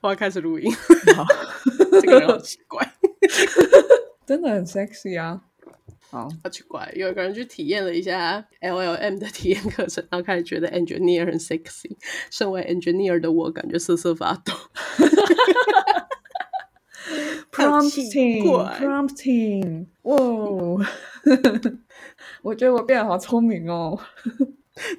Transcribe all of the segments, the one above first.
我要开始录 音，好，这个人好奇怪。真的很 sexy 啊。好，好奇怪，有一个人去体验了一下 LLM 的体验课程，然后开始觉得 engineer 很 sexy。身为 engineer 的我，感觉瑟瑟发抖。好奇 prompting 怪 prompting，哇 哦，我觉得我变得好聪明哦。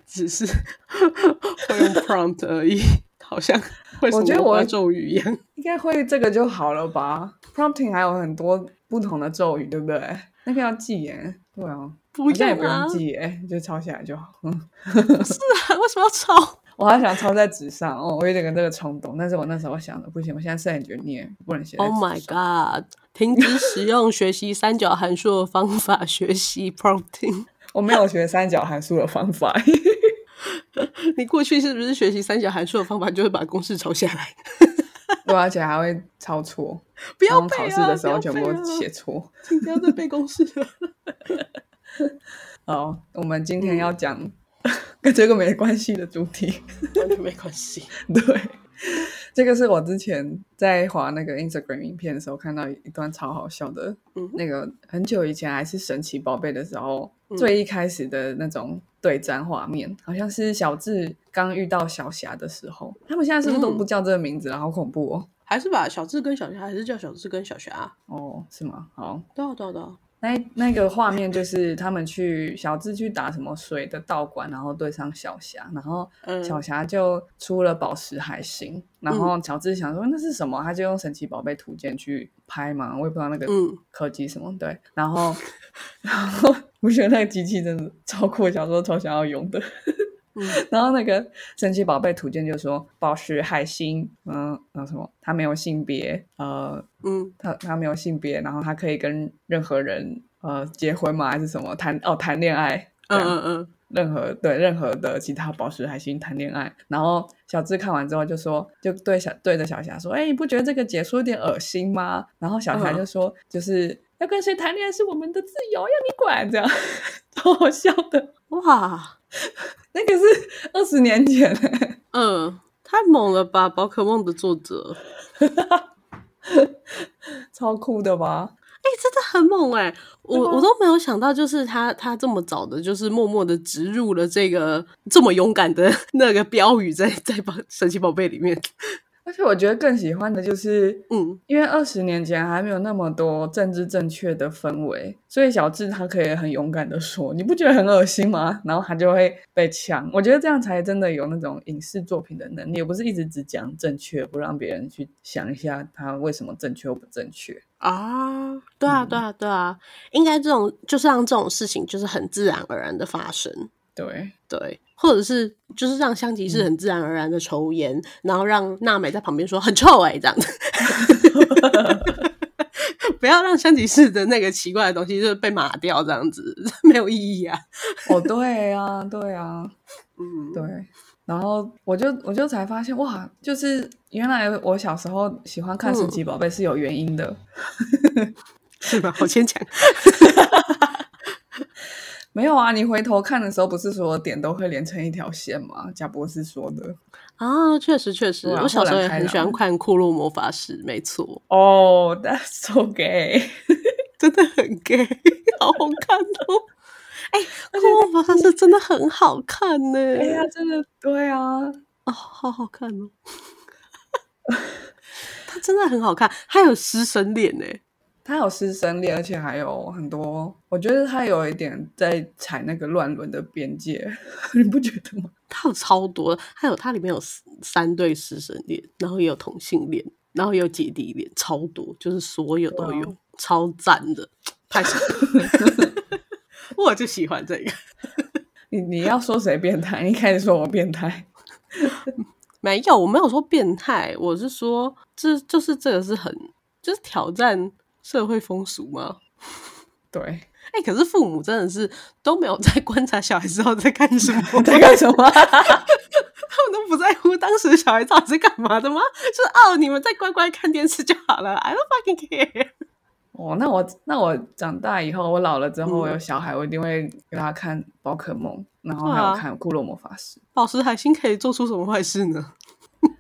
只是会 用 prompt 而已，好像会什我觉得么我关咒语一样。应该会这个就好了吧？Prompting 还有很多不同的咒语，对不对？那个要记耶。对啊，不 好像也用不啊用，记耶，就抄起来就好。 嗯，是啊， 为什么要抄？我还想抄在纸上哦，我有点这个冲动，但是我那时候想的不行，我现在是 engineer，不能写在 Oh 纸 my 上 god！停止使用学习三角函数的方法，学习 prompting。 我没有学三角函数的方法。 你过去是不是学习三角函数的方法就是把公式抄下来？对，而且还会抄错，不然要后背考啊！试的时候不要全背部啊写错。 请不要再背公式 了。哦，我们今嗯天要讲跟这个没关系的主题。完全没关系。对，这个是我之前在划那个 Instagram 影片的时候看到一段超好笑的，嗯那个很久以前还是神奇宝贝的时候，嗯最一开始的那种对战画面，好像是小智刚遇到小霞的时候，他们现在是不是都嗯不叫这个名字了？好恐怖哦！ 还是把小智跟小霞，还是叫小智跟小啊霞？哦，是吗？好，对啊，对啊，对啊。那一那个画面就是他们去小智去打什么水的道馆，然后对上小霞，然后嗯小霞就出了宝石海星，然后小智想说那是什么，他就用神奇宝贝图鉴去拍嘛，我也不知道那个嗯科技什么、对，然后然后我觉得那个机器真的超酷，小时候超想要用的。嗯然后那个神奇宝贝图鉴就说宝石海星，嗯，那什么，它没有性别，呃，嗯，他他没有性别，然后他可以跟任何人呃结婚吗？还是什么谈哦谈恋爱？嗯这样嗯嗯，任何对任何的其他宝石海星谈恋爱。然后小智看完之后就说，就对小对着小霞说：“哎、你不觉得这个解说有点恶心吗？”然后小霞嗯就说：“就是要跟谁谈恋爱是我们的自由，要你管。”这样 超好笑的，嗯哇，那个是二十年前、 欸，嗯，太猛了吧！宝可梦的作者，超酷的吧？哎、真的很猛哎、我对啊我都没有想到，就是他他这么早的，就是默默的植入了这个这么勇敢的 那个标语在在宝神奇宝贝里面。而且我觉得更喜欢的就是嗯，因为二十年前还没有那么多政治正确的氛围，所以小智他可以很勇敢的说：“你不觉得很恶心吗？”然后他就会被呛。我觉得这样才真的有那种影视作品的能力，而不是一直只讲正确，不让别人去想一下他为什么正确或不正确。 啊，对啊，嗯对啊，对啊，应该这种就是让这种事情就是很自然而然的发生。对，对，或者是就是让香吉士很自然而然的抽烟，然后让娜美在旁边说很臭哎、这样子， 不要让香吉士的那个奇怪的东西就是被抹掉，这样子 没有意义啊。哦，对啊，对啊，嗯， 对。然后我就我就才发现，哇，就是原来我小时候喜欢看《神奇宝贝》是有原因的。是吧？好牵强。没有啊，你回头看的时候，不是所有点都会连成一条线吗？贾博士说的。 啊，确实确实，对啊我小时候豁也然开很喜欢朗看《库洛魔法使》，没错，哦、t h a t s so gay。真的很 gay，好 好看哦。哎、库洛魔法使》真的很好看呢、哎呀，真的对啊，哦，好好看哦， 它真的很好看，它有食神脸呢。他有师生恋，而且还有很多，我觉得他有一点在踩那个乱伦的边界，你不觉得吗？ 它有超多，还有它里面有四三对师生恋，然后也有同性恋，然后也有姐弟恋，超多，就是所有都对啊有，超赞的，拍手！ 我就喜欢这个，你你要说谁变态？你一开始说我变态， 没有，我没有说变态，我是说，这就是这个是很，就是挑战社会风俗吗？对，，哎、可是父母真的是都没有在观察小孩之后在干什么 在干什么？ 他们都不在乎当时小孩到底是干嘛的吗？就是哦，你们在乖乖看电视就好了，I don't fucking care。哦，那我那我长大以后，我老了之后，嗯我有小孩，我一定会给他看宝可梦，然后还对有啊看《库洛魔法师》宝石海星可以做出什么坏事呢？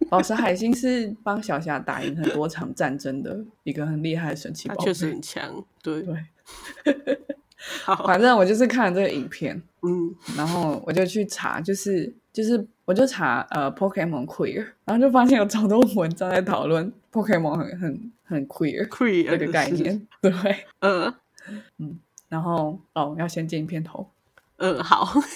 宝石海星是帮小霞打赢很多场战争的一个很厉害的神奇他宝确贝。实很强，对，对，好， 反正我就是看了这个影片，嗯，然后我就去查，就是就是我就查呃 Pokemon queer，然后就发现有超多文章在讨论 Pokemon 很很很 queer 这这个概，念。对，嗯然后哦，要先进片头。嗯，好，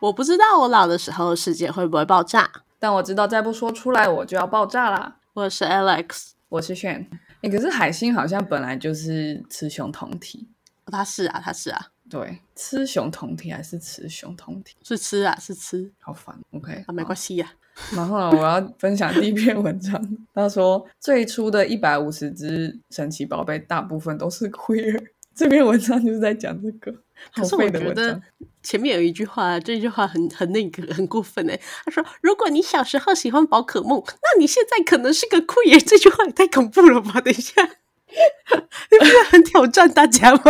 我不知道我老的时候世界会不会爆炸。但我知道再不说出来我就要爆炸啦。我是 Alex，我是炫，哎、可是海星好像本来就是雌雄同体，哦他是啊，他是啊，对，雌雄同体还是雌雄同体？是吃啊，是吃好烦，OK，啊，没关系呀、然后呢，我要分享第一篇文章。他说，最初的一百五十只神奇宝贝大部分都是 queer。这篇文章就是在讲这个，好 可是我废的觉文得章。前面有一句话，这句话很很那个，很过分哎、他说：“如果你小时候喜欢宝可梦，那你现在可能是个酷爷。”这句话也太恐怖了吧！等一下，你不是很挑战大家吗？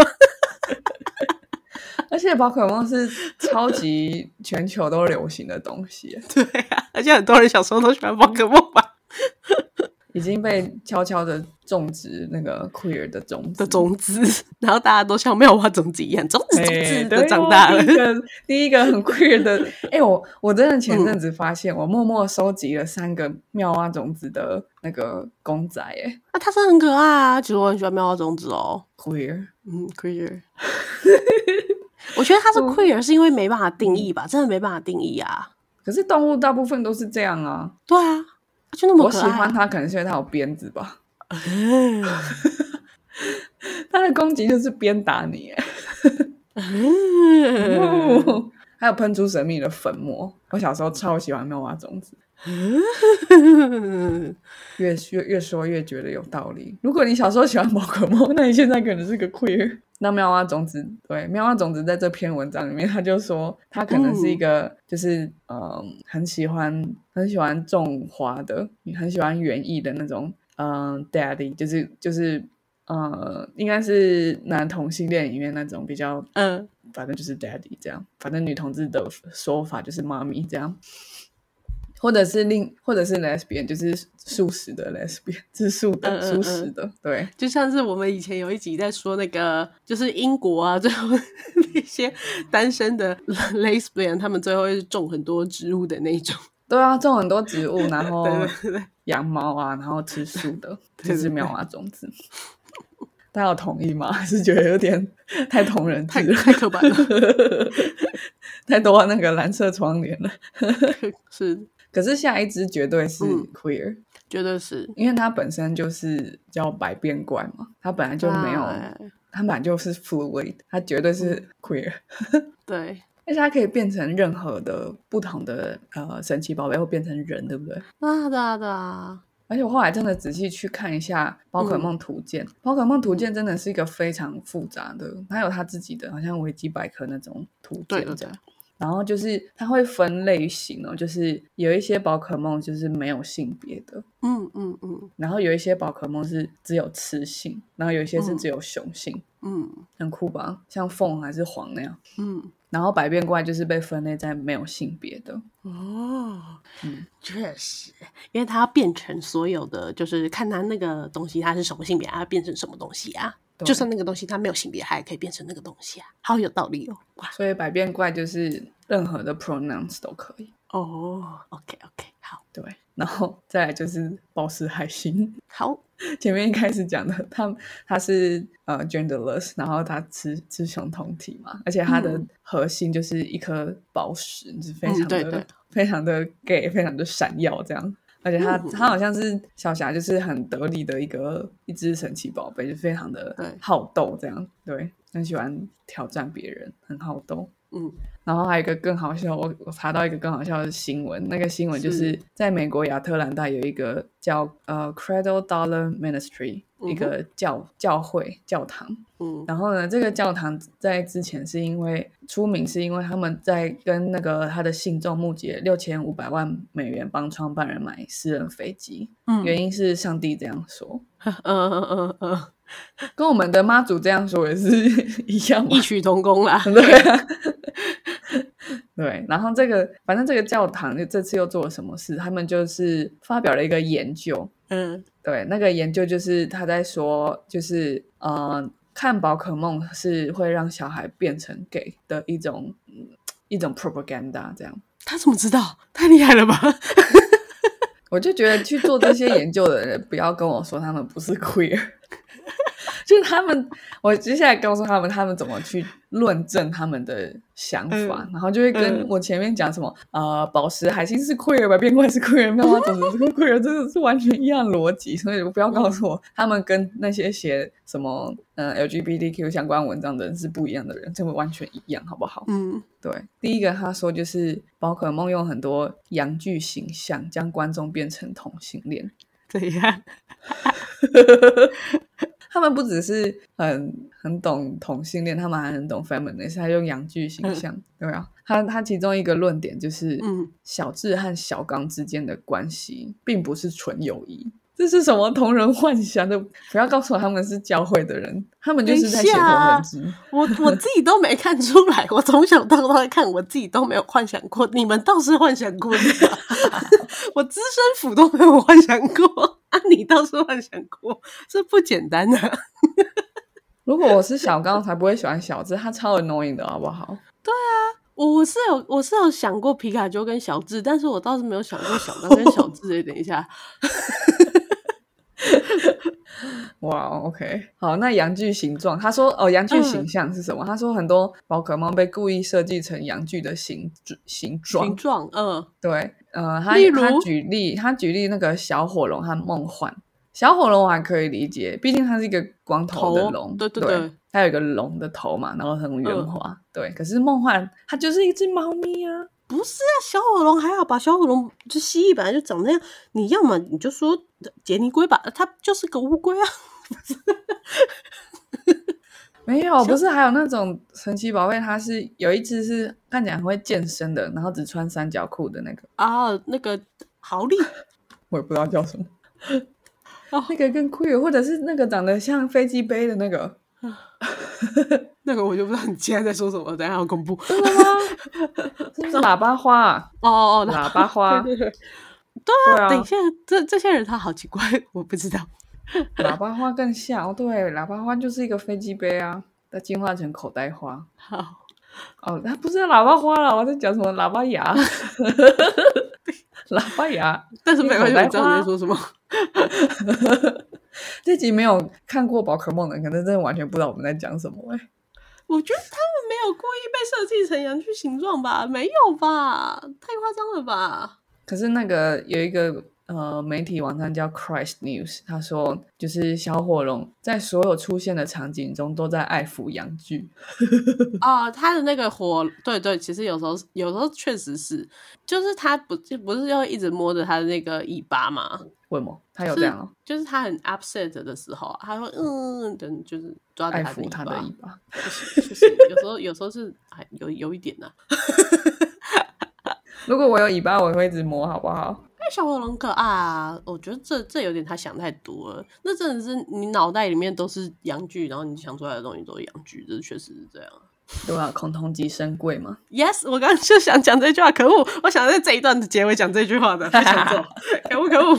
而且宝可梦是超级全球都流行的 东西，对啊，而且很多人小时候都喜欢宝可梦吧嗯已经被悄悄的种植那个 queer 的种子的种子，然后大家都像妙蛙种子一样，种子种哎子对的哦长大了。第一个第一个很 queer 的， 哎、我我真的前嗯阵子发现，我默默收集了三个妙蛙种子的那个公仔，哎那它是很可爱啊，其实我很喜欢妙蛙种子哦。 ，queer。嗯，queer。我觉得它是 queer 是因为没办法嗯定义吧，真的没办法定义啊。可是动物大部分都是这样啊。对啊，它就那么我可喜爱、欢它，可能是因为它有鞭子 吧。嗯它的攻击就是鞭打你，哎嗯哦 还有喷出神秘的粉末。我小时候超喜欢妙蛙种子，嗯越越越说越觉得有道理。如果你小时候喜欢宝可梦，那你现在可能是个 queer。那妙蛙种子，对妙蛙种子在这篇文章里面，他就说他可能是一个，就是嗯、呃很喜欢很喜欢种花的，很喜欢园艺的那种，嗯、daddy，就是就是呃，应该是男同性恋里面那种比较， 嗯，反正就是 daddy 这样，反正女同志的说法就是妈咪这样，或者是另或者是 lesbian，就是素食的 lesbian，吃 素嗯的嗯素食的，对，就像是我们以前有一集在说那个，就是英国啊，最后那些单身的 lesbian，他们最后会种很多植物的那种。对啊，种很多植物，然后对对对，养猫啊，然后吃素的，对对这是妙蛙种子。大家有同意吗？还 是觉得有点太同人志太了， 太刻板了太多那个蓝色窗帘了。是，可是下一只绝对是嗯 queer，、绝对是。因为它本身就是叫百变怪嘛，它本来就没有，哎它本来就是 fluid，它绝对嗯是 queer，、 对，而且它可以变成任何的不同的呃神奇宝贝，会变成人，对不对？啊对啊对啊，而且我后来真的仔细去看一下宝嗯可梦图鉴，宝可梦图鉴真的是一个非常复杂的，它有它自己的，好像维基百科那种图对鉴对这对样。然后就是它会分类型哦，就是有一些宝可梦就是没有性别的，嗯嗯嗯然后有一些宝可梦是只有雌性，然后有一些是嗯只有雄性，嗯很酷吧？像凤还是凰那样。嗯，然后百变怪就是被分类在没有性别的，哦，嗯确实，因为它要变成所有的，就是看它那个东西它是什么性别，它要变成什么东西啊。对就算那个东西它没有性别，它也可以变成那个东西啊，好有道理哦。哇，所以百变怪就是任何的 pronouns 都可以。哦，OK OK，好，对，然后再来就是宝石海星，好， 前面一开始讲的，他他是呃 genderless，然后他雌雌雄同体嘛，而且它的嗯核心就是一颗宝石，就是非嗯常的、对对非常的 gay，非常的闪耀这样。而且它嗯它好像是小霞，就是很得力的一个一只神奇宝贝，就非常的对好斗这样，对，很喜欢挑战别人，很好斗。嗯然后还有一个更好笑，我我查到一个更好笑的新闻，那个新闻就是是在美国亚特兰大有一个叫呃 Cradle Dollar Ministry 一嗯哼个教教会教堂，嗯然后呢，这个教堂在之前是因为出名，是因为他们在跟那个他的信众募集六千五百万美元帮创办人买私人飞机，嗯原因是上帝这样说，嗯嗯嗯嗯，跟我们的妈祖这样说也是 一样嘛异。曲同工啦。 对啊，对，然后这个反正这个教堂就这次又做了什么事？他们就是发表了一个研究，嗯对，那个研究就是他在说，就是呃，看宝可梦是会让小孩变成 gay 的一种嗯一种 propaganda，这样。他怎么知道？太厉害了吧！我就觉得去做这些研究的人，不要跟我说他们不是 queer，就是他们。我接下来告诉他们，他们怎么去论证他们的想法，嗯然后就会跟嗯我前面讲什么、呃，宝石海星是 queer 吧，变怪是 queer，妙蛙种子是 queer，真的是完全一样逻辑，所以不要告诉我他们跟那些写什么嗯、呃 LGBTQ 相关文章的人是不一样的人，这么完全一样，好不好？嗯对，第一个他说就是宝可梦用很多洋剧形象将观众变成同性恋，怎样？他们不只是很很懂同性恋，他们还很懂 feminism，还用洋剧形嗯象，对啊。他他其中一个论点就是，嗯，小智和小刚之间的关系并不是纯友谊。这是什么同人幻想的？不要告诉我他们是教会的人，他们就是在写等一同下啊人志。我我自己都没看出来，我从小到大看，我自己都没有幻想过，你们倒是幻想过的 吧我资深府都没有幻想过，啊，你倒是幻想过，这不简单啊！如果我是小刚，我才不会喜欢小智，他超 annoying 的好不好？我我是有我是有想过皮卡丘跟小智，但是我倒是没有想过小刚跟小智、欸。等一下，哇、o k 好，那阳具形状，他说哦，阳具形嗯象是什么？他说很多宝可梦被故意设计成阳具的形形状形，状，嗯对，呃，他例如他举例，他举例那个小火龙和梦幻，小火龙我还可以理解，毕竟它是一个光头的头龙，对对对对它有一个龙的头嘛，然后很圆嗯滑，对。可是梦幻它就是一只猫咪啊，不是啊，小火龙还好吧？小火龙就蜥蜴本来就长那样，你要么你就说杰尼龟吧，它就是个乌龟啊。没有，不是还有那种神奇宝贝，它是有一只是看起来很会健身的，然后只穿三角裤的那个，啊，那个 豪利，我也不知道叫什么。哦那个更酷，或者是那个长得像飞机杯的那个，那个我就不知道你现在在说什么，等一下好恐怖。真的吗？是不是喇叭花、啊？哦哦，哦喇叭 花对对对啊对啊，等一下，这这些人他好奇怪，我不知道。喇叭花更像。哦，对，喇叭花就是一个飞机杯啊，它进化成口袋花。好，哦，它不是喇叭花了，我在讲什么？喇叭牙， 喇叭牙。但是没关系，口袋我知道你花在说什么。这集没有看过宝可梦的人，可能真的完全不知道我们在讲什么、欸。我觉得他们没有故意被设计成阳具形状吧？没有吧？太夸张了 吧？可是那个有一个呃媒体网站叫 Christ News，他说就是小火龙在所有出现的场景中都在爱抚洋剧，啊，他的那个火，对对，其实有时候有时候确实是，就是他不不是要一直摸着他的那个尾巴嘛，为什么？他有是这样、哦、就是他很 upset 的时候啊，他会嗯，等就是抓着爱他的抚尾他的巴尾，巴。就是就是有时候有时候是还有有一点呐、啊。如果我有尾巴，我会一直摸，好不好？那小火龙可爱啊，我觉得这这有点他想太多了。那真的是你脑袋里面都是洋剧，然后你想出来的东西都是洋剧，这确实是这样。对吧？恐同即生贵嘛。 Yes，我刚刚就想讲这句话，可恶！我想在这一段的结尾讲这句话的，不想 做，可恶可恶。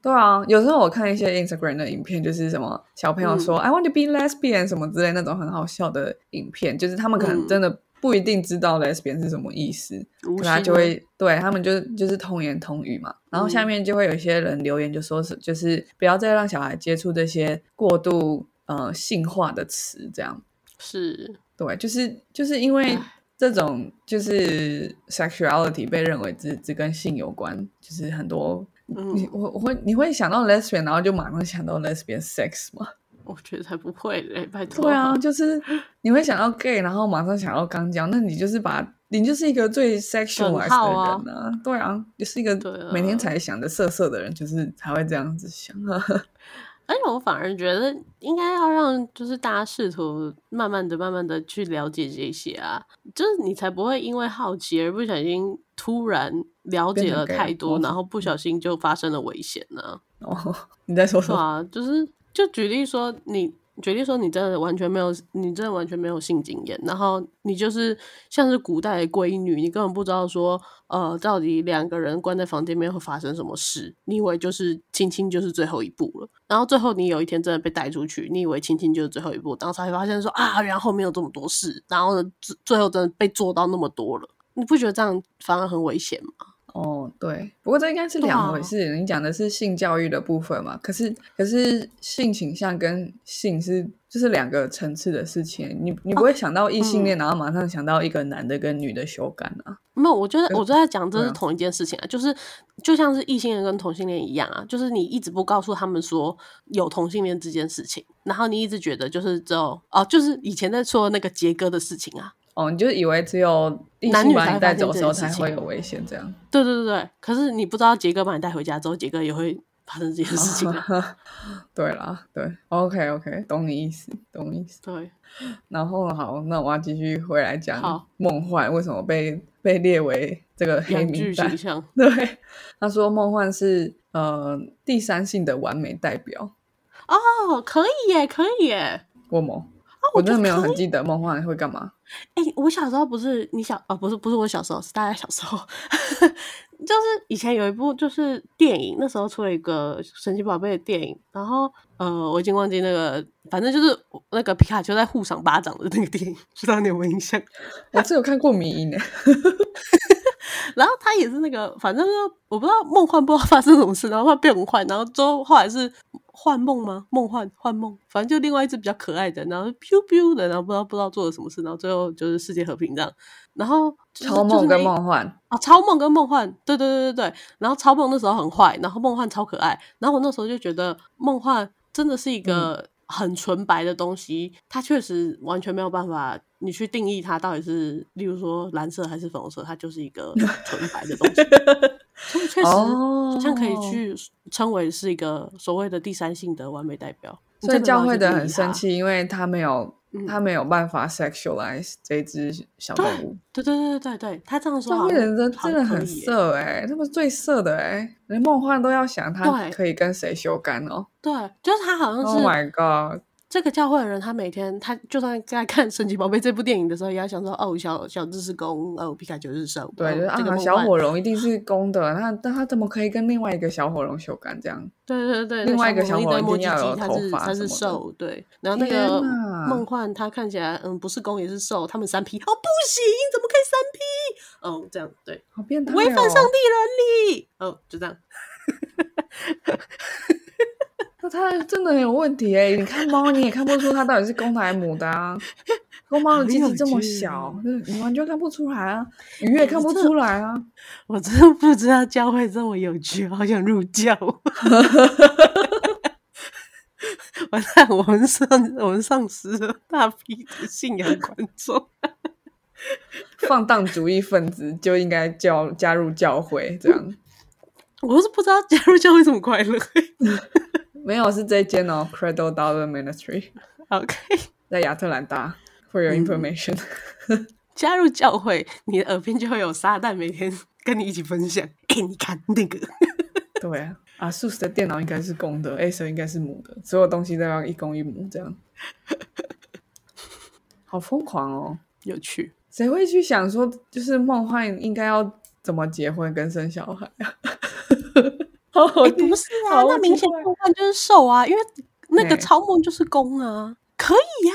对啊，有时候我看一些 Instagram 的影片，就是什么小朋友说、I 嗯 want to be lesbian” 什么之类那种很好笑的影片，就是他们可能嗯真的不一定知道 lesbian 是什么意思，可是他就会对他们就就是通言通语嘛。然后下嗯面就会有一些人留言，就说是就是不要再让小孩接触这些过度呃性化的词，这样是对，就是就是因为这种就是 sexuality 被认为只只跟性有关，就是很多嗯你我我会你会想到 lesbian，然后就马上想到 lesbian sex 吗？我觉得才不会嘞，拜托。对啊，，就是你会想到 gay，然后马上想到刚讲，那你就是把你就是一个最 sexualized 很好的啊人啊，对啊，就是一个对啊每天才想着色色的人，就是才会这样子想啊。 而且我反而觉得应该要让就是大家试图慢慢的、慢慢的去了解这些啊，就是你才不会因为好奇而不小心突然了变解成了 gay 太多，了然后不小心就发生了危险呢、哦，你在说什对么？啊，就是就举例说你。举例说，你真的完全没有，你真的完全没有性经验，然后你就是像是古代的闺女，你根本不知道说，呃，到底两个人关在房间里面会发生什么事。你以为就是亲亲就是最后一步了，然后最后你有一天真的被带出去，你以为亲亲就是最后一步，然后才会发现说啊，原来后面有这么多事，然后呢，最最后真的被做到那么多了，你不觉得这样反而很危险吗？哦，对，不过这应该是对两啊回事。你讲的是性教育的部分嘛？可是可是性倾向跟性是就是两个层次的事情，你你哦不会想到异嗯性恋，然后马上想到一个男的跟女的修改啊。没有，我觉得呃我都在讲这对是啊同一件事情啊，就是就像是异性恋跟同性恋一样啊，就是你一直不告诉他们说有同性恋这件事情，然后你一直觉得就是只有哦，就是以前在说那个杰哥的事情啊，哦，你就以为只有异男性女把才你发带现走的这时候件事才情会有危险，这样。对对对对，可是你不知道杰哥把你带回家之后，杰哥也会发生这件事情、啊， 对啦，对，OK OK，懂你意思，懂你意思。对，然后好，那我要继续回来讲好梦幻为什么被被列为这个黑阳名具单形。象， 对，他说梦幻是呃第三性的完美代表。哦，可以耶，可以耶。啊我某，我我真哦觉的得没有可很记得梦幻会干嘛。哎、我小时候不是你小啊，不是不是我小时候，是大家小时候， 就是以前有一部就是电影，那时候出了一个神奇宝贝的电影，然后呃，我已经忘记那个，反正就是那个皮卡丘在互赏巴掌的那个电影，不知道你有没有印象？ 我只有看过迷欸音呢。然后他也是那个，反正就我不知道梦幻不知道发生什么事，然后他变换，然后之后后来是幻梦吗？梦幻幻梦，反正就另外一只比较可爱的，然后 biu biu 的，然后不知道不知道做了什么事，然后最后就是世界和平这样。然后就是超就是梦那跟一梦幻，啊，超梦跟梦幻，对对对对对。然后超梦那时候很坏，然后梦幻超可爱。然后我那时候就觉得梦幻真的嗯是一个很纯白的东西，它确实完全没有办法你去定义它到底是，例如说蓝色还是粉红色，它就是一 个纯白的东西。所以确实哦好像可以去称为是一个所谓的第三性的完美代表。你所以真没办教法会去的定义很生它。气，因为他没有嗯他没有办法 sexualize 这只小动物。对对对对对，他这样说教好会像的人真好真的可很以耶色哎、他们最色的哎、连梦幻都要想他对可以跟谁修改哦。对，就是他好像是 Oh my god！这个教会的人，他每天他就算在看《神奇宝贝》这部电影的时候，也要想说：哦，小小知识宫，哦，皮卡丘是兽，对，哦就是啊这个，梦小幻火，龙一定是公的，那那他怎么可以跟另外一个小火龙修改这样？对对对，另外一个小小火龙墨一定要有他头是发他什是么的兽，对，然后那天个哪梦幻他看起来嗯不是公也是兽，他们三 P 哦不行，怎么可以三 P？哦这样对，好变态、哦！违反上帝伦理，哦就这样，那他真的很有问题哎、你看猫，你也看不出它到底是公的还是母的啊。公猫的鸡鸡这么小，哦你完全看不出来啊，鱼哎也看不出来啊。我真的不知道教会这么有趣，好想入教。 完蛋，我们上我们丧失了大批的信仰观众。放荡主义分子就应该教加入教会，这样我是不知道加入教会怎么快乐。没有是这间哦，Credo Dollar Ministry OK，在亚特兰大。For 嗯 your information，、 加入教会，你的耳边就会有撒旦每天跟你一起分享。哎、你看那个，对啊，阿素斯的电脑应该是公的，Acer 应该是母的，所有东西都要一公一母这样， 好疯狂哦！有趣。谁会去想说，就是梦幻应该要怎么结婚跟生小孩啊？ 好好哎、听不是啊，哦好那明奇显怪梦幻就是受啊，因为那对个超梦就是攻啊，可以呀、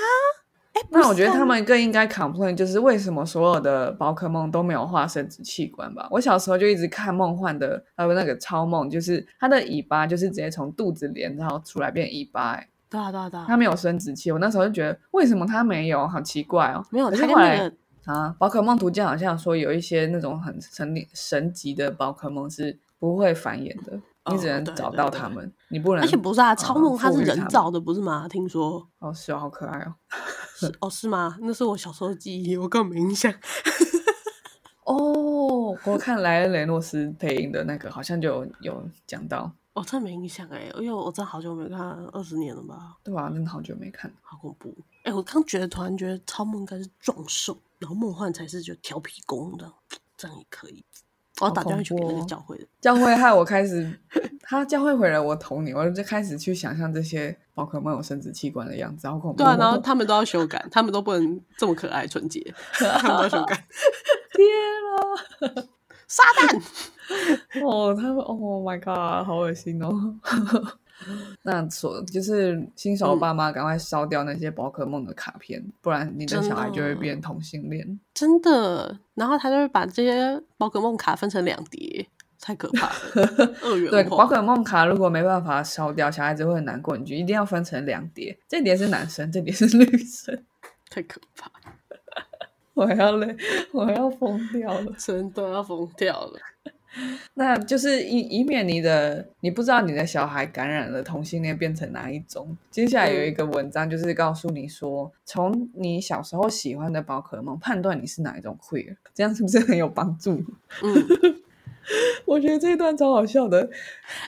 哎、不那我是觉得啊他们更应该 complain，就是为什么所有的宝可梦都没有化生殖器官吧？我小时候就一直看梦幻的，还有那个超梦，就是它的尾巴就是直接从肚子连然后出来变尾巴、欸，对啊对啊对啊它，没有生殖器。我那时候就觉得为什么它没有，好奇怪哦。没有可是他跟后那来个啊，宝可梦图鉴好像说有一些那种很神力神级的宝可梦是不会繁衍的，你只能哦对找对到对他们，你不能。而且不是啊，超梦呃它赋是予人们造的，不是吗？听 说哦，是哦，好可爱哦。是哦，是吗？那是我小时候的记忆，我根本没印象。哦，我看莱恩·雷诺斯配音的那个好像就有有讲到，我真没印象哎、因为我真好久没看，二十年了吧，对吧、啊？真的好久没看。好恐怖！哎、我刚觉得突然觉得超梦应该是壮兽，然后梦幻才是就调皮工的，这样也可以。我要好打电话恐去给那怖个哦教会的，教会害我开 始，他教会毁了我童年，我就开始去想象这些宝可梦有生殖器官的样子，好恐怖。对哦啊，然后他们都要修改，他们都不能这么可爱纯洁， 他们都要修改。 天撒旦，啊！ 哦，他们，Oh my god，好恶心哦。 那所就是新嗯手爸妈赶快烧掉那些宝可梦的卡片，不然你的真小孩就会的变同性恋。真的。然后他就会把这些宝可梦卡分成两叠，太可怕 了，二元对，化。宝可梦卡如果没办法烧掉，小孩子会很难过，你就一定要分成两叠，这叠是男生，这叠是 女生。太可怕，我要累，我要疯掉了。真的要疯掉了。那就是以以免你的你不知道你的小孩感染了同性恋变成哪一种。接下来有一个文章就是告诉你说，从你小时候喜欢的宝可梦判断你是哪一种 queer，这样是不是很有帮助？嗯， 我觉得这一段超好笑的。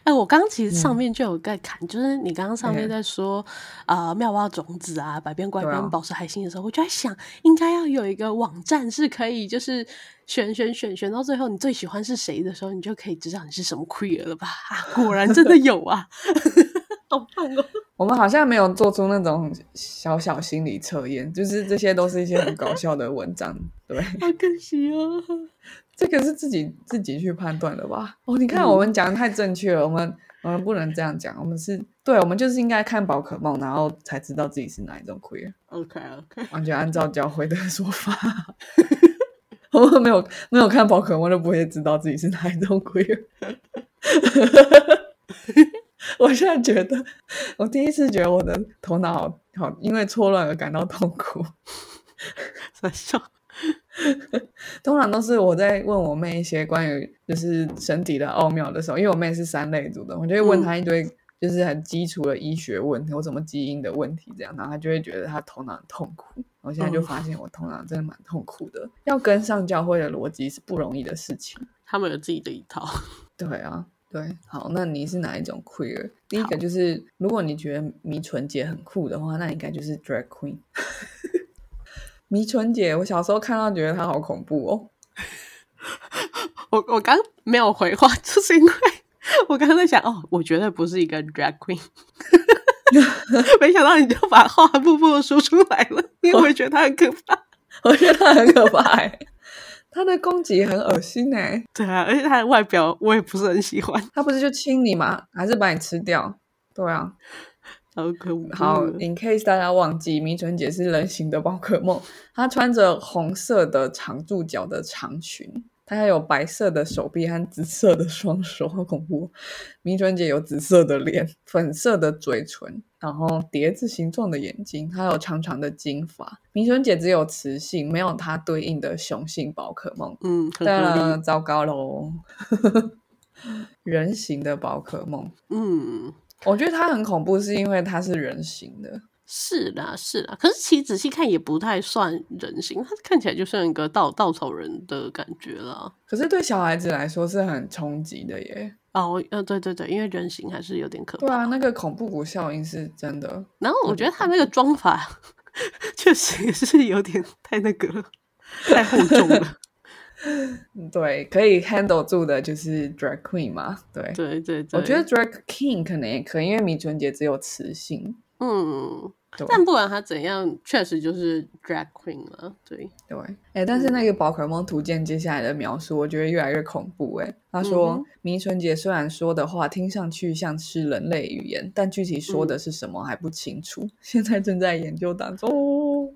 哎、我刚刚其实上嗯面就有在看，就是你刚刚上面嗯在说啊、呃妙蛙种子啊、百变怪对啊跟宝石海星的时候，我就在想，应该要有一个网站是可以就是选选选选到最后，你最喜欢是谁的时候，你就可以知道你是什么 queer 了吧？啊、果然真的有 啊，好棒哦！我们好像没有做出那种小小心理测验，就是这些都是一些很搞笑的文章。对，好可惜哦。这个是自己自己去判断的吧？哦，你看我们讲的太正确了，我们我们不能这样讲，我们是对，我们就是应该看宝可梦，然后才知道自己是哪一种 queer， OK OK，完全按照教会的说法。 我们没有没有看宝可梦就不会知道自己是哪一种 queer。我现在觉得，我第一次觉得我的头脑好好因为错乱而感到痛苦。在笑。通常都是我在问我妹一些关于就是身体的奥妙的时候，因为我妹是三类组的，我就会嗯问她一堆就是很基础的医学问题，或什么基因的问题这样，然后她就会觉得她头脑很痛苦。我现在就嗯发现我头脑真的蛮痛苦的，要跟上教会的逻辑是不容易的事情。他们有自己的一套。对啊，对，好，那你是哪一种 queer？第一个就是，如果你觉得迷纯姐很酷的话，那应该就是 drag queen。迷纯姐，我小时候看到觉得她好恐怖哦。我我刚没有回话， 就是因为我刚刚在想，哦，我绝对不是一个 drag queen，没想到你就把话步步地说出来了，因为我觉得他很可怕。我觉得他很可怕、欸，他的攻击很恶心哎、对啊，而且他的外表我也不是很喜欢，他不是就亲你吗？还是把你吃掉？对啊，好可恶。好，in case 大家忘记，迷纯姐是人形的宝可梦，她穿着红色的长注脚的长裙，她还有白色的手臂和紫色的双手，好恐怖哦！迷纯姐有紫色的脸，粉色的嘴唇，然后碟子形状的眼睛，还有长长的金发。迷纯姐只有雌性，没有她对应的雄性宝可梦。嗯，很当合然，理。糟糕喽！人形的宝可梦，嗯，我觉得它很恐怖，是因为它是人形的。是啦是啦，可是其实仔细看也不太算人形，他看起来就像一个稻稻草人的感觉啦。可是对小孩子来说是很冲击的耶。哦，呃，对对对，因为人形还是有点可怕。对啊，那个恐怖谷效应是真的。然后我特觉得别他那个妆法 确实也是有点太那个了，太厚重了。嗯对，可以 handle 住的就是 drag queen 嘛。对， 对对对，我觉得 drag king 可能也可以，因为迷纯姐只有雌性。嗯，对但不管他怎样，确实就是 drag queen 了。对，对，哎，但是那个宝可梦图鉴接下来的描述，我觉得越来越恐怖。哎，他嗯说哼，迷纯姐虽然说的话听上去像是人类语言，但具体嗯说的是什么还不清楚， 现在正在研究当中，哦，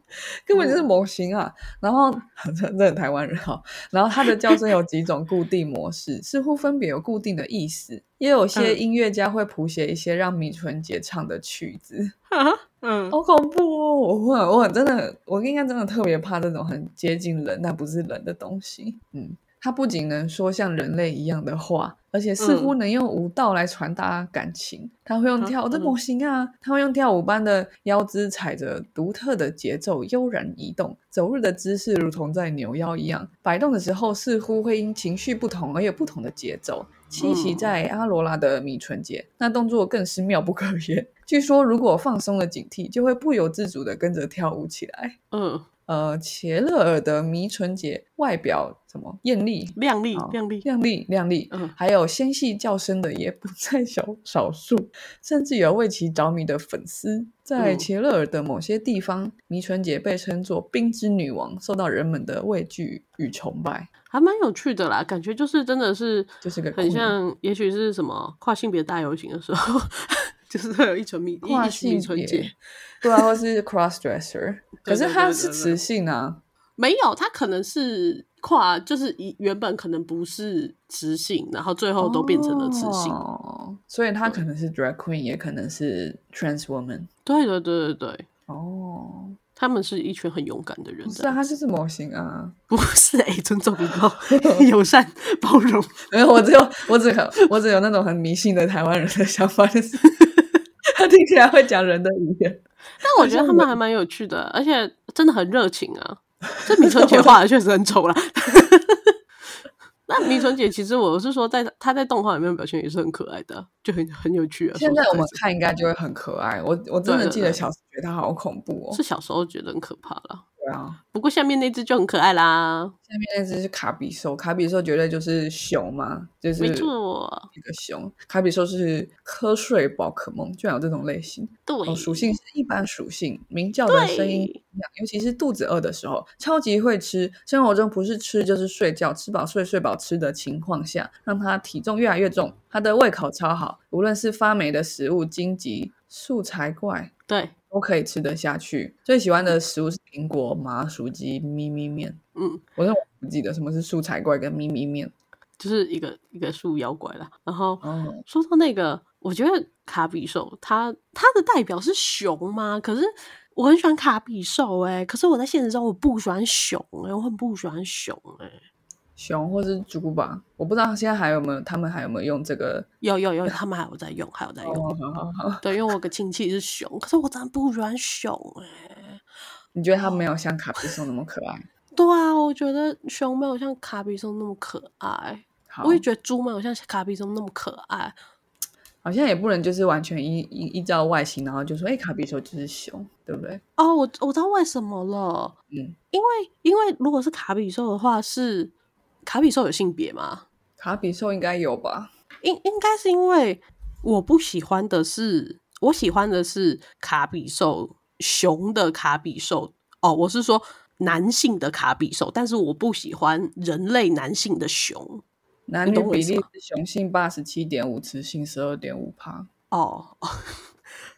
根本就是模型啊。然后， 这这很台湾人哈。然后它的叫声有几种固定模式，似乎分别有固定的意思，也有些嗯音乐家会谱写一些让迷纯姐唱的曲子。啊，嗯，好恐怖哦！我很我很真的，我应该真的特别怕这种很接近人但不是人的东西。嗯，他不仅能说像人类一样的话，而且似乎能用舞蹈来传达感情。他会用啊跳、这嗯嗯模型啊，他会用跳舞般的腰肢踩着独特的节奏悠然移动，走路的姿势如同在扭腰一样，摆动的时候似乎会因情绪不同而有不同的节奏。栖息嗯在阿罗拉的米唇节，那动作更是妙不可言。 据说，如果放松了警惕，就会不由自主地跟着跳舞起来。嗯，呃，切勒尔的迷唇节外表什么艳丽、靓丽好靓丽，亮丽、亮丽，嗯还有纤细叫声的也不在少 少数，甚至有为其着迷的粉丝。在嗯切勒尔的某些地方，迷唇节被称作“冰之女王”，受到人们的畏惧与崇拜，还蛮有趣的啦。感觉就是真的是就是个很 queen 像，也许是什么跨性别大游行的时候， 就是会有一群迷一跨一群迷性春别节。对啊，或是 cross dresser，可对是对它对是对雌对性啊，没有，他可能是跨，就是以原本可能不是雌性，然后最后哦都变成了雌性。哦，所以它可能是 drag queen，也可能是 trans woman。对对对对对，哦，他们是一群很勇敢的人不是的，啊，它就是模型啊。不是哎、尊重礼貌、 友善、包容。没有，我只有我只有我只有那种很迷信的台湾人的想法，就是 他听起来会讲人的语言。但我觉得他们还蛮有趣的，而且真的很热情啊。这 米春姐啊画的确实很丑啦。 那米春姐其实我是说在，她在动画里面表现也是很可爱的，就很很有趣啊。现在说实我们是看应该就会很可爱。我我真对的对记得对小时候觉得他好恐怖哦是。小时候觉得很可怕啦，对啊，不过下面那只就很可爱啦，下面那只是卡比兽，卡比兽绝对就是熊嘛，就是没错，哦一个熊。卡比兽是瞌睡宝可梦，居然有这种类型。对，哦，属性是一般属性，鸣叫的声音对一样，尤其是肚子饿的时候，超级会吃。生活中不是吃就是睡觉，吃饱睡，睡饱吃的情况下，让他体重越来越重。他的胃口超好，无论是发霉的食物、荆棘、素材怪对，都可以吃得下去。最喜欢的食物是苹果、麻薯鸡、咪咪面。嗯，我真的不记得什么是素材怪跟咪咪面。就是一个一个树妖怪啦。然后哦，说到那个，我觉得卡比兽它它的代表是熊吗？可是我很喜欢卡比兽哎、可是我在现实中我不喜欢熊哎、我很不喜欢熊哎、熊或是猪吧，我不知道现在还有没有，他们还有没有用这个？有有有，他们还有在用，还有在用。哦，好好好，对，因为我有个亲戚是熊，可是我真的不喜欢熊哎、你觉得他没有像卡比兽那么可爱？对啊，我觉得熊没有像卡比兽那么可爱，好我也觉得猪没有像卡比兽那么可爱。好像也不能就是完全依依依照外形，然后就说哎、卡比兽就是熊，对不对？哦，我我知道为什么了，嗯，因为因为如果是卡比兽的话，是卡比兽有性别吗？卡比兽应该有吧？应应该是因为我不喜欢的是，我喜欢的是卡比兽熊的卡比兽哦，我是说男性的卡比兽，但是我不喜欢人类男性的熊男你女懂我比意思例吗是雄性八十七点五，雌性十二点五趴。哦。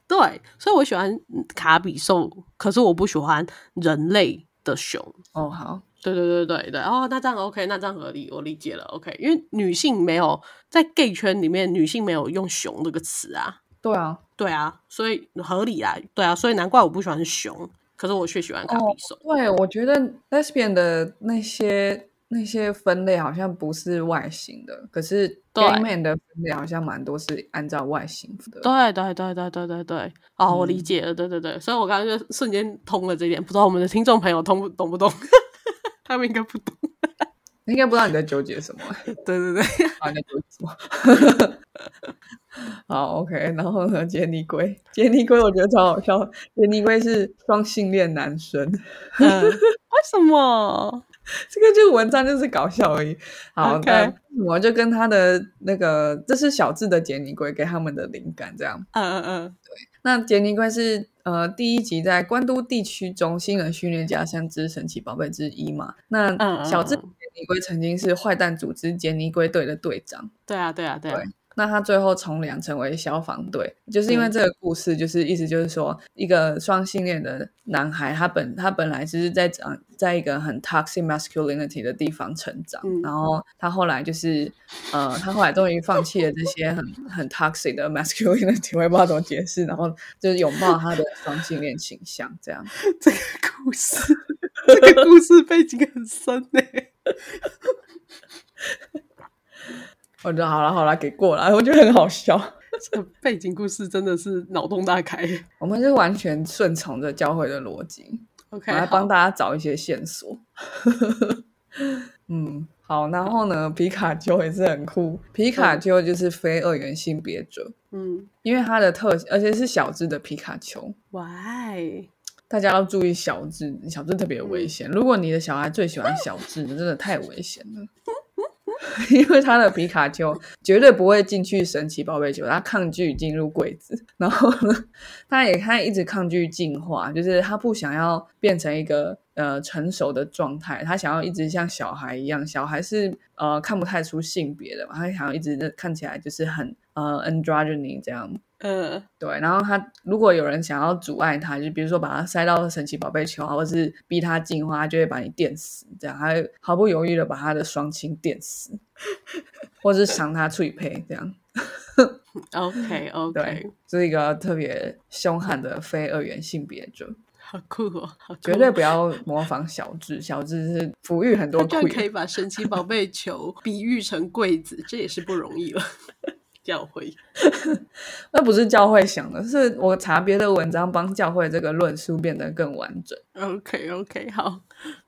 对，所以我喜欢卡比兽，可是我不喜欢人类的熊。哦，好，对对对对对，哦，那这样 OK，那这样合理，我理解了 OK，因为女性没有在 gay 圈里面，女性没有用“熊”这个词啊，对啊，对啊，所以合理啊，对啊，所以难怪我不喜欢熊，可是我却喜欢卡比兽，对，我觉得 lesbian 的那些那些分类好像不是外形的，可是对 gay man 的分类好像蛮多是按照外形的。对对对对对对对，哦，我理嗯解了，对对对，所以我刚刚就瞬间通了这一点，不知道我们的听众朋友通不懂不懂， 他们应该不懂，你应该不知道你在纠结什么。对对对，啊，那就什么？ 好，OK。然后呢，杰尼龟，杰尼龟我觉得超好笑。杰尼龟是双性恋男生，嗯， 为什么？这个就文章就是搞笑而已。好 OK 那我就跟他的那个，这是小智的杰尼龟给他们的灵感，这样。嗯嗯嗯，那杰尼龟是呃第一集在关都地区中新人训练家三只神奇宝贝之一嘛。那嗯小智嗯杰尼龟曾经是坏蛋组织杰尼龟队的队长。对啊对啊 对啊，对那他最后从良成为消防队，就是因为嗯这个故事，就是意思就是说，一个双性恋的男孩，他本他本来就是在长在一个很 toxic masculinity 的地方成长，嗯然后他后来就是呃，他后来终于放弃了这些很很 toxic 的 masculinity，我也不知道怎么解释，然后就是拥抱他的双性恋倾向，这样。这个故事，这个故事背景很深呢、我就好了好了，给过了，我觉得很好笑。 这个背景故事真的是脑洞大开。我们是完全顺从着教会的逻辑， OK，我来好帮大家找一些线索。嗯，好，然后呢，皮卡丘也是很酷，皮卡丘就是非二元性别者，嗯因为它的特性，而且是小只的皮卡丘。 ，Why？大家要注意小只，小只特别危险。如果你的小孩最喜欢小只的，真的太危险了， 因为他的皮卡丘绝对不会进去神奇宝贝球，他抗拒进入柜子。然后呢， 他也他一直抗拒进化，就是他不想要变成一个呃成熟的状态，他想要一直像小孩一样。小孩是呃看不太出性别的嘛，他想要一直看起来就是很呃 androgyny 这样。呃，对，然后他如果有人想要阻碍他，就比如说把他塞到神奇宝贝球啊，或是逼他进化，他就会把你电死，这样他会毫不犹豫的把他的双亲电死，或是赏他脆配，这样 OK 对 OK，，是一个特别凶悍的非二元性别者，好酷哦，好酷绝对不要模仿小智，小智是抚育很多哦他居然可以 queer，把神奇宝贝球比喻成柜子，这也是不容易了。教会那不是教会想的，是我查别的文章帮教会这个论述变得更完整。 ，OK OK，好，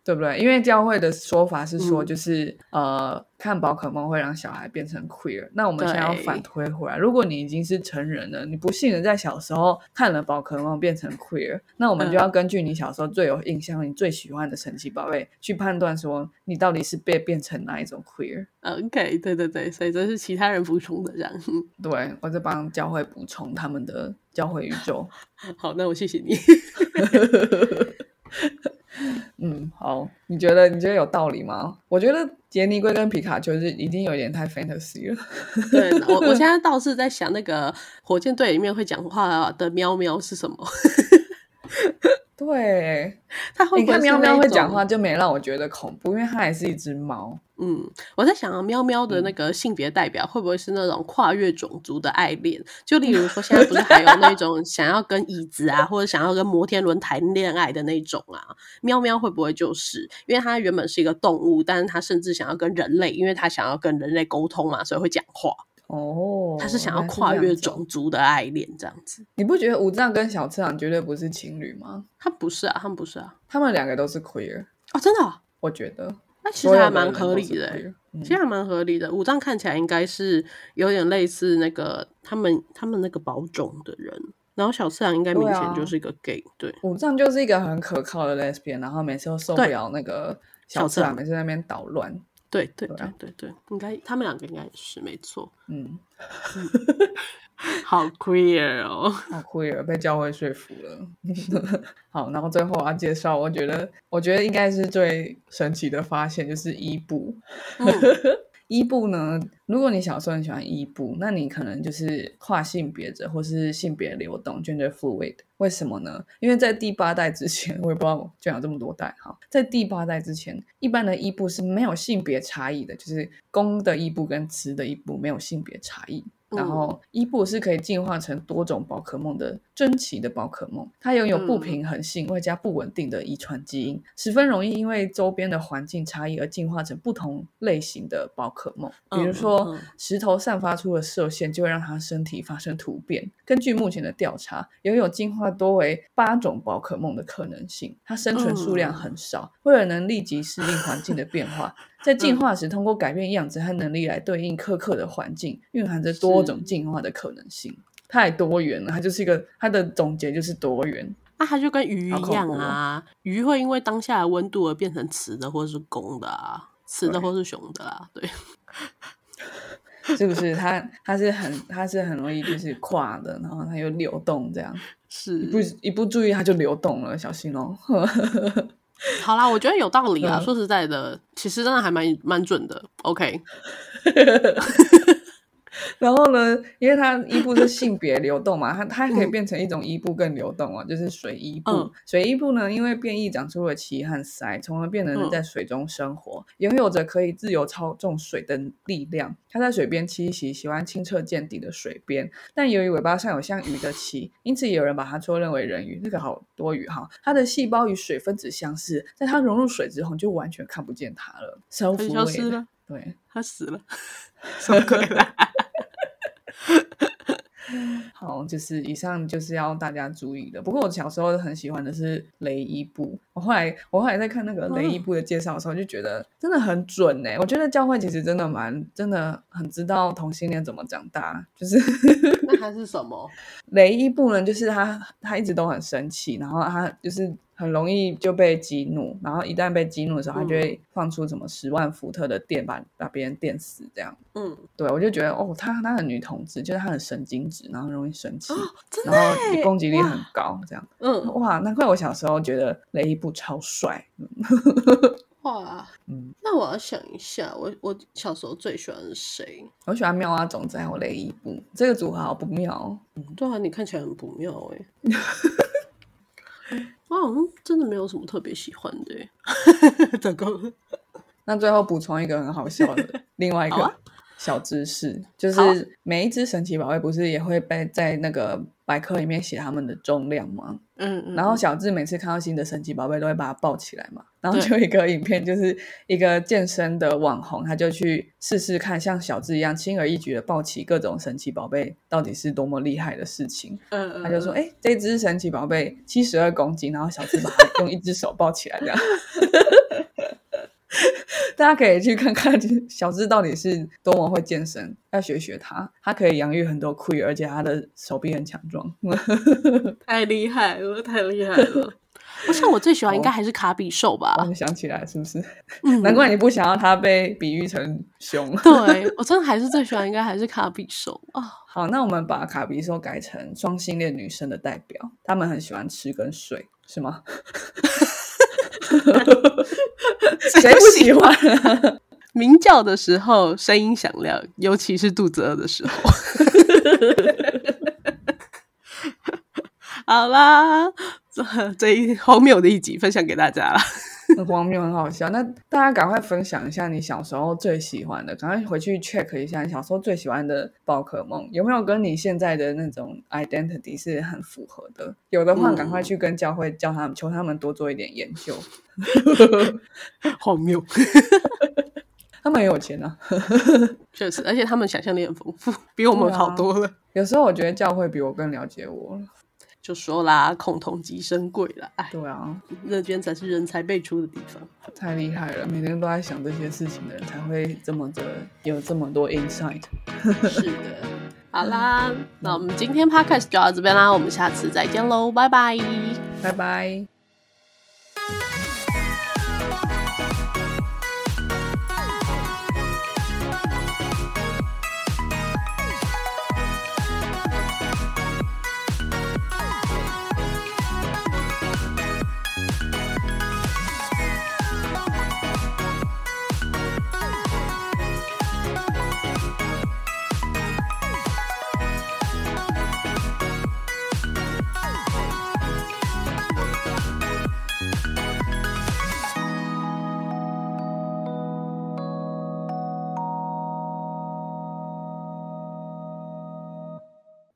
对不对？因为教会的说法是说，嗯就是、呃，看宝可梦会让小孩变成 queer。那我们现在要对反推回来，如果你已经是成人了，你不幸的在小时候看了宝可梦变成 queer，那我们就嗯要根据你小时候最有印象、你最喜欢的神奇宝贝去判断说，你到底是被变成哪一种 queer。 OK，对对对，所以这是其他人补充的，这样。 对我在帮教会补充他们的教会宇 宙。好，那我谢谢你。嗯，好，你觉得你觉得有道理吗？我觉得杰尼龟跟皮卡丘是已经有点太 fantasy 了。 对我，我现在倒是在想那个火箭队里面会讲话的喵喵是什么？对，它会你不会看是欸喵喵那会讲种话，就没让我觉得恐怖，因为它还是一只猫。嗯，我在想、啊、喵喵的那个性别代表会不会是那种跨越种族的爱恋？就例如说，现在不是还有那 种想要跟椅子啊，或者想要跟摩天轮谈恋爱的那种啊？喵喵会不会就是因为它原本是一个动物，但是它甚至想要跟人类，因为它想要跟人类沟通嘛，所以会讲话。哦，它是想要原来这跨样越子哦种族的爱恋这样子。你不觉得五藏跟小次郎绝对不是情侣吗？它不是啊，它们不是啊。他们两个都是 queer，哦，真的哦、我觉得那其所实还有的蛮人都合是理的欸、 queer 嗯其实还蛮合理的。五藏看起来应该是有点类似那个他们他们那个保种的人，然后小次郎应该对明啊显就是一个 gay，对,、五藏就是一个很可靠的 lesbian，然后每次都受不对了那个小小次次郎郎每次在那边捣乱。对对对对啊对对应该他们两个应该也是没错。嗯，好 queer 哦，好 queer，被教会说服了。 好，然后最后我要介绍，我觉得我觉得应该是最神奇的发现，就是伊布。 嗯伊布呢，如果你小时候很喜欢伊布，那你可能就是跨性别者或是性别流动 （gender fluid）。为什么呢？因为在第八代之前，我也不知道就讲这么多代哈，在第八代之前，一般的伊布是没有性别差异的，就是公的伊布跟雌的伊布没有性别差异。嗯然后伊布是可以进化成多种宝可梦的珍奇的宝可梦，它拥有不嗯平衡性，外加不稳定的遗传基因，十分容易因为周边的环境差异而进化成不同类型的宝可梦。比嗯如嗯说嗯，石头散发出的射线就会让它身体发生突变。根据目前的调查，拥有进化多为八种宝可梦的可能性。它生存数嗯量很少，为了能立即适应环境的变化，在进化时通过改变样子和能力来对应苛刻的环境，蕴含着多是种进化的可能性。太多元了，它就是一个它的总结就是多元。那它就跟鱼好一恐样怖哦啊，鱼会因为当下的温度而变成雌的或是公的啊，雌的对或是雄的啊，对，是不是？它它是很它是很容易就是跨的，然后它又流动这样，是不一不注意它就流动了，小心哦。好啦，我觉得有道理啦。嗯说实在的，其实真的还蛮蛮准的。OK，然后呢，因为它伊 布是性别流动嘛，它它还可以变成一种伊布更流动哦，就是水伊布。嗯水伊布呢，因为变异长出了鳍和鳃，从而变得能嗯在水中生活，拥有着可以自由操纵水的力量。它在水边栖息，喜欢清澈见底的水边。但由于尾巴上有像鱼的鳍，因此也有人把它错认为人鱼。这个好多余哈，它的细胞与水分子相似，在它融入水之后，你就完全看不见它了，self 它就消失了。对，他死了，什么鬼啦？好，就是以上就是要大家注意的。不过我小时候很喜欢的是雷伊布，我后来我后来在看那个雷伊布的介绍的时候，就觉得真的很准哎、我觉得教会其实真的蛮真的很知道同性恋怎么长大，就是 那他是什么？雷伊布呢，就是他他一直都很生气，然后他就是很容易就被激怒，然后一旦被激怒的时候，他就会放出什么十万伏特的电把把别人电死这样。嗯，对我就觉得哦，他他很女同志，就是他很神经质，然后容易生气，哦真的然后欸攻击力很哇高这样。嗯，哇，难怪我小时候觉得雷伊布超帅。哇，嗯，那我要想一下，我我小时候最喜欢谁？我喜欢妙蛙种子还有雷伊布这个组合，好不妙哦。对啊，你看起来很不妙哎、我好像真的没有什么特别喜欢的、 欸，糟糕了，那最后补充一个很好笑 的另外一好个啊小知识，就好啊是每一只神奇宝贝不是也会被在那个百科里面写它们的重量吗？嗯，嗯然后小智每次看到新的神奇宝贝都会把它抱起来嘛。然后对就有一个影片，就是一个健身的网红，他就去试试看，像小智一样轻而易举的抱起各种神奇宝贝，到底是多么厉害的事情。嗯嗯，他就说：“嗯哎、这只神奇宝贝七十二公斤，然后小智把它用一只手抱起来，这样。 大家可以去看看小智到底是多么会健身，要学学他，他可以养育很多 queer，而且他的手臂很强壮。嗯太厉害了，太厉害了。 我想我最喜欢应该还是卡比兽吧，我们想起来是不是？嗯哦难怪你不想要他被比喻成熊。对我真的还是最喜欢应该还是卡比兽啊， 好，那我们把卡比兽改成双性恋女生的代表，他们很喜欢吃跟睡，是吗？ 谁不喜欢、啊？鸣叫的时候声音响亮，尤其是肚子饿的时候。 好啦，这这一荒谬的一集分享给大家啦。 很荒谬，很好笑。那大家赶快分享一下你小时候最喜欢的，赶快回去 check 一下你小时候最喜欢的宝可梦有没有跟你现在的那种 identity 是很符合的。有的话，嗯赶快去跟教会叫他们，求他们多做一点研究。荒谬，他们很有钱啊，确实，而且他们想象力很丰富，比我们好多了。有时候我觉得教会比我更了解我了。就说啦，孔同极生贵啦，哎，对啊，乐捐才是人才辈出的地方。 太厉害了！每天都在想这些事情的人，才会这么的有这么多 insight。是的，好啦，那我们今天 podcast 就到这边啦，我们下次再见喽，拜拜。拜拜。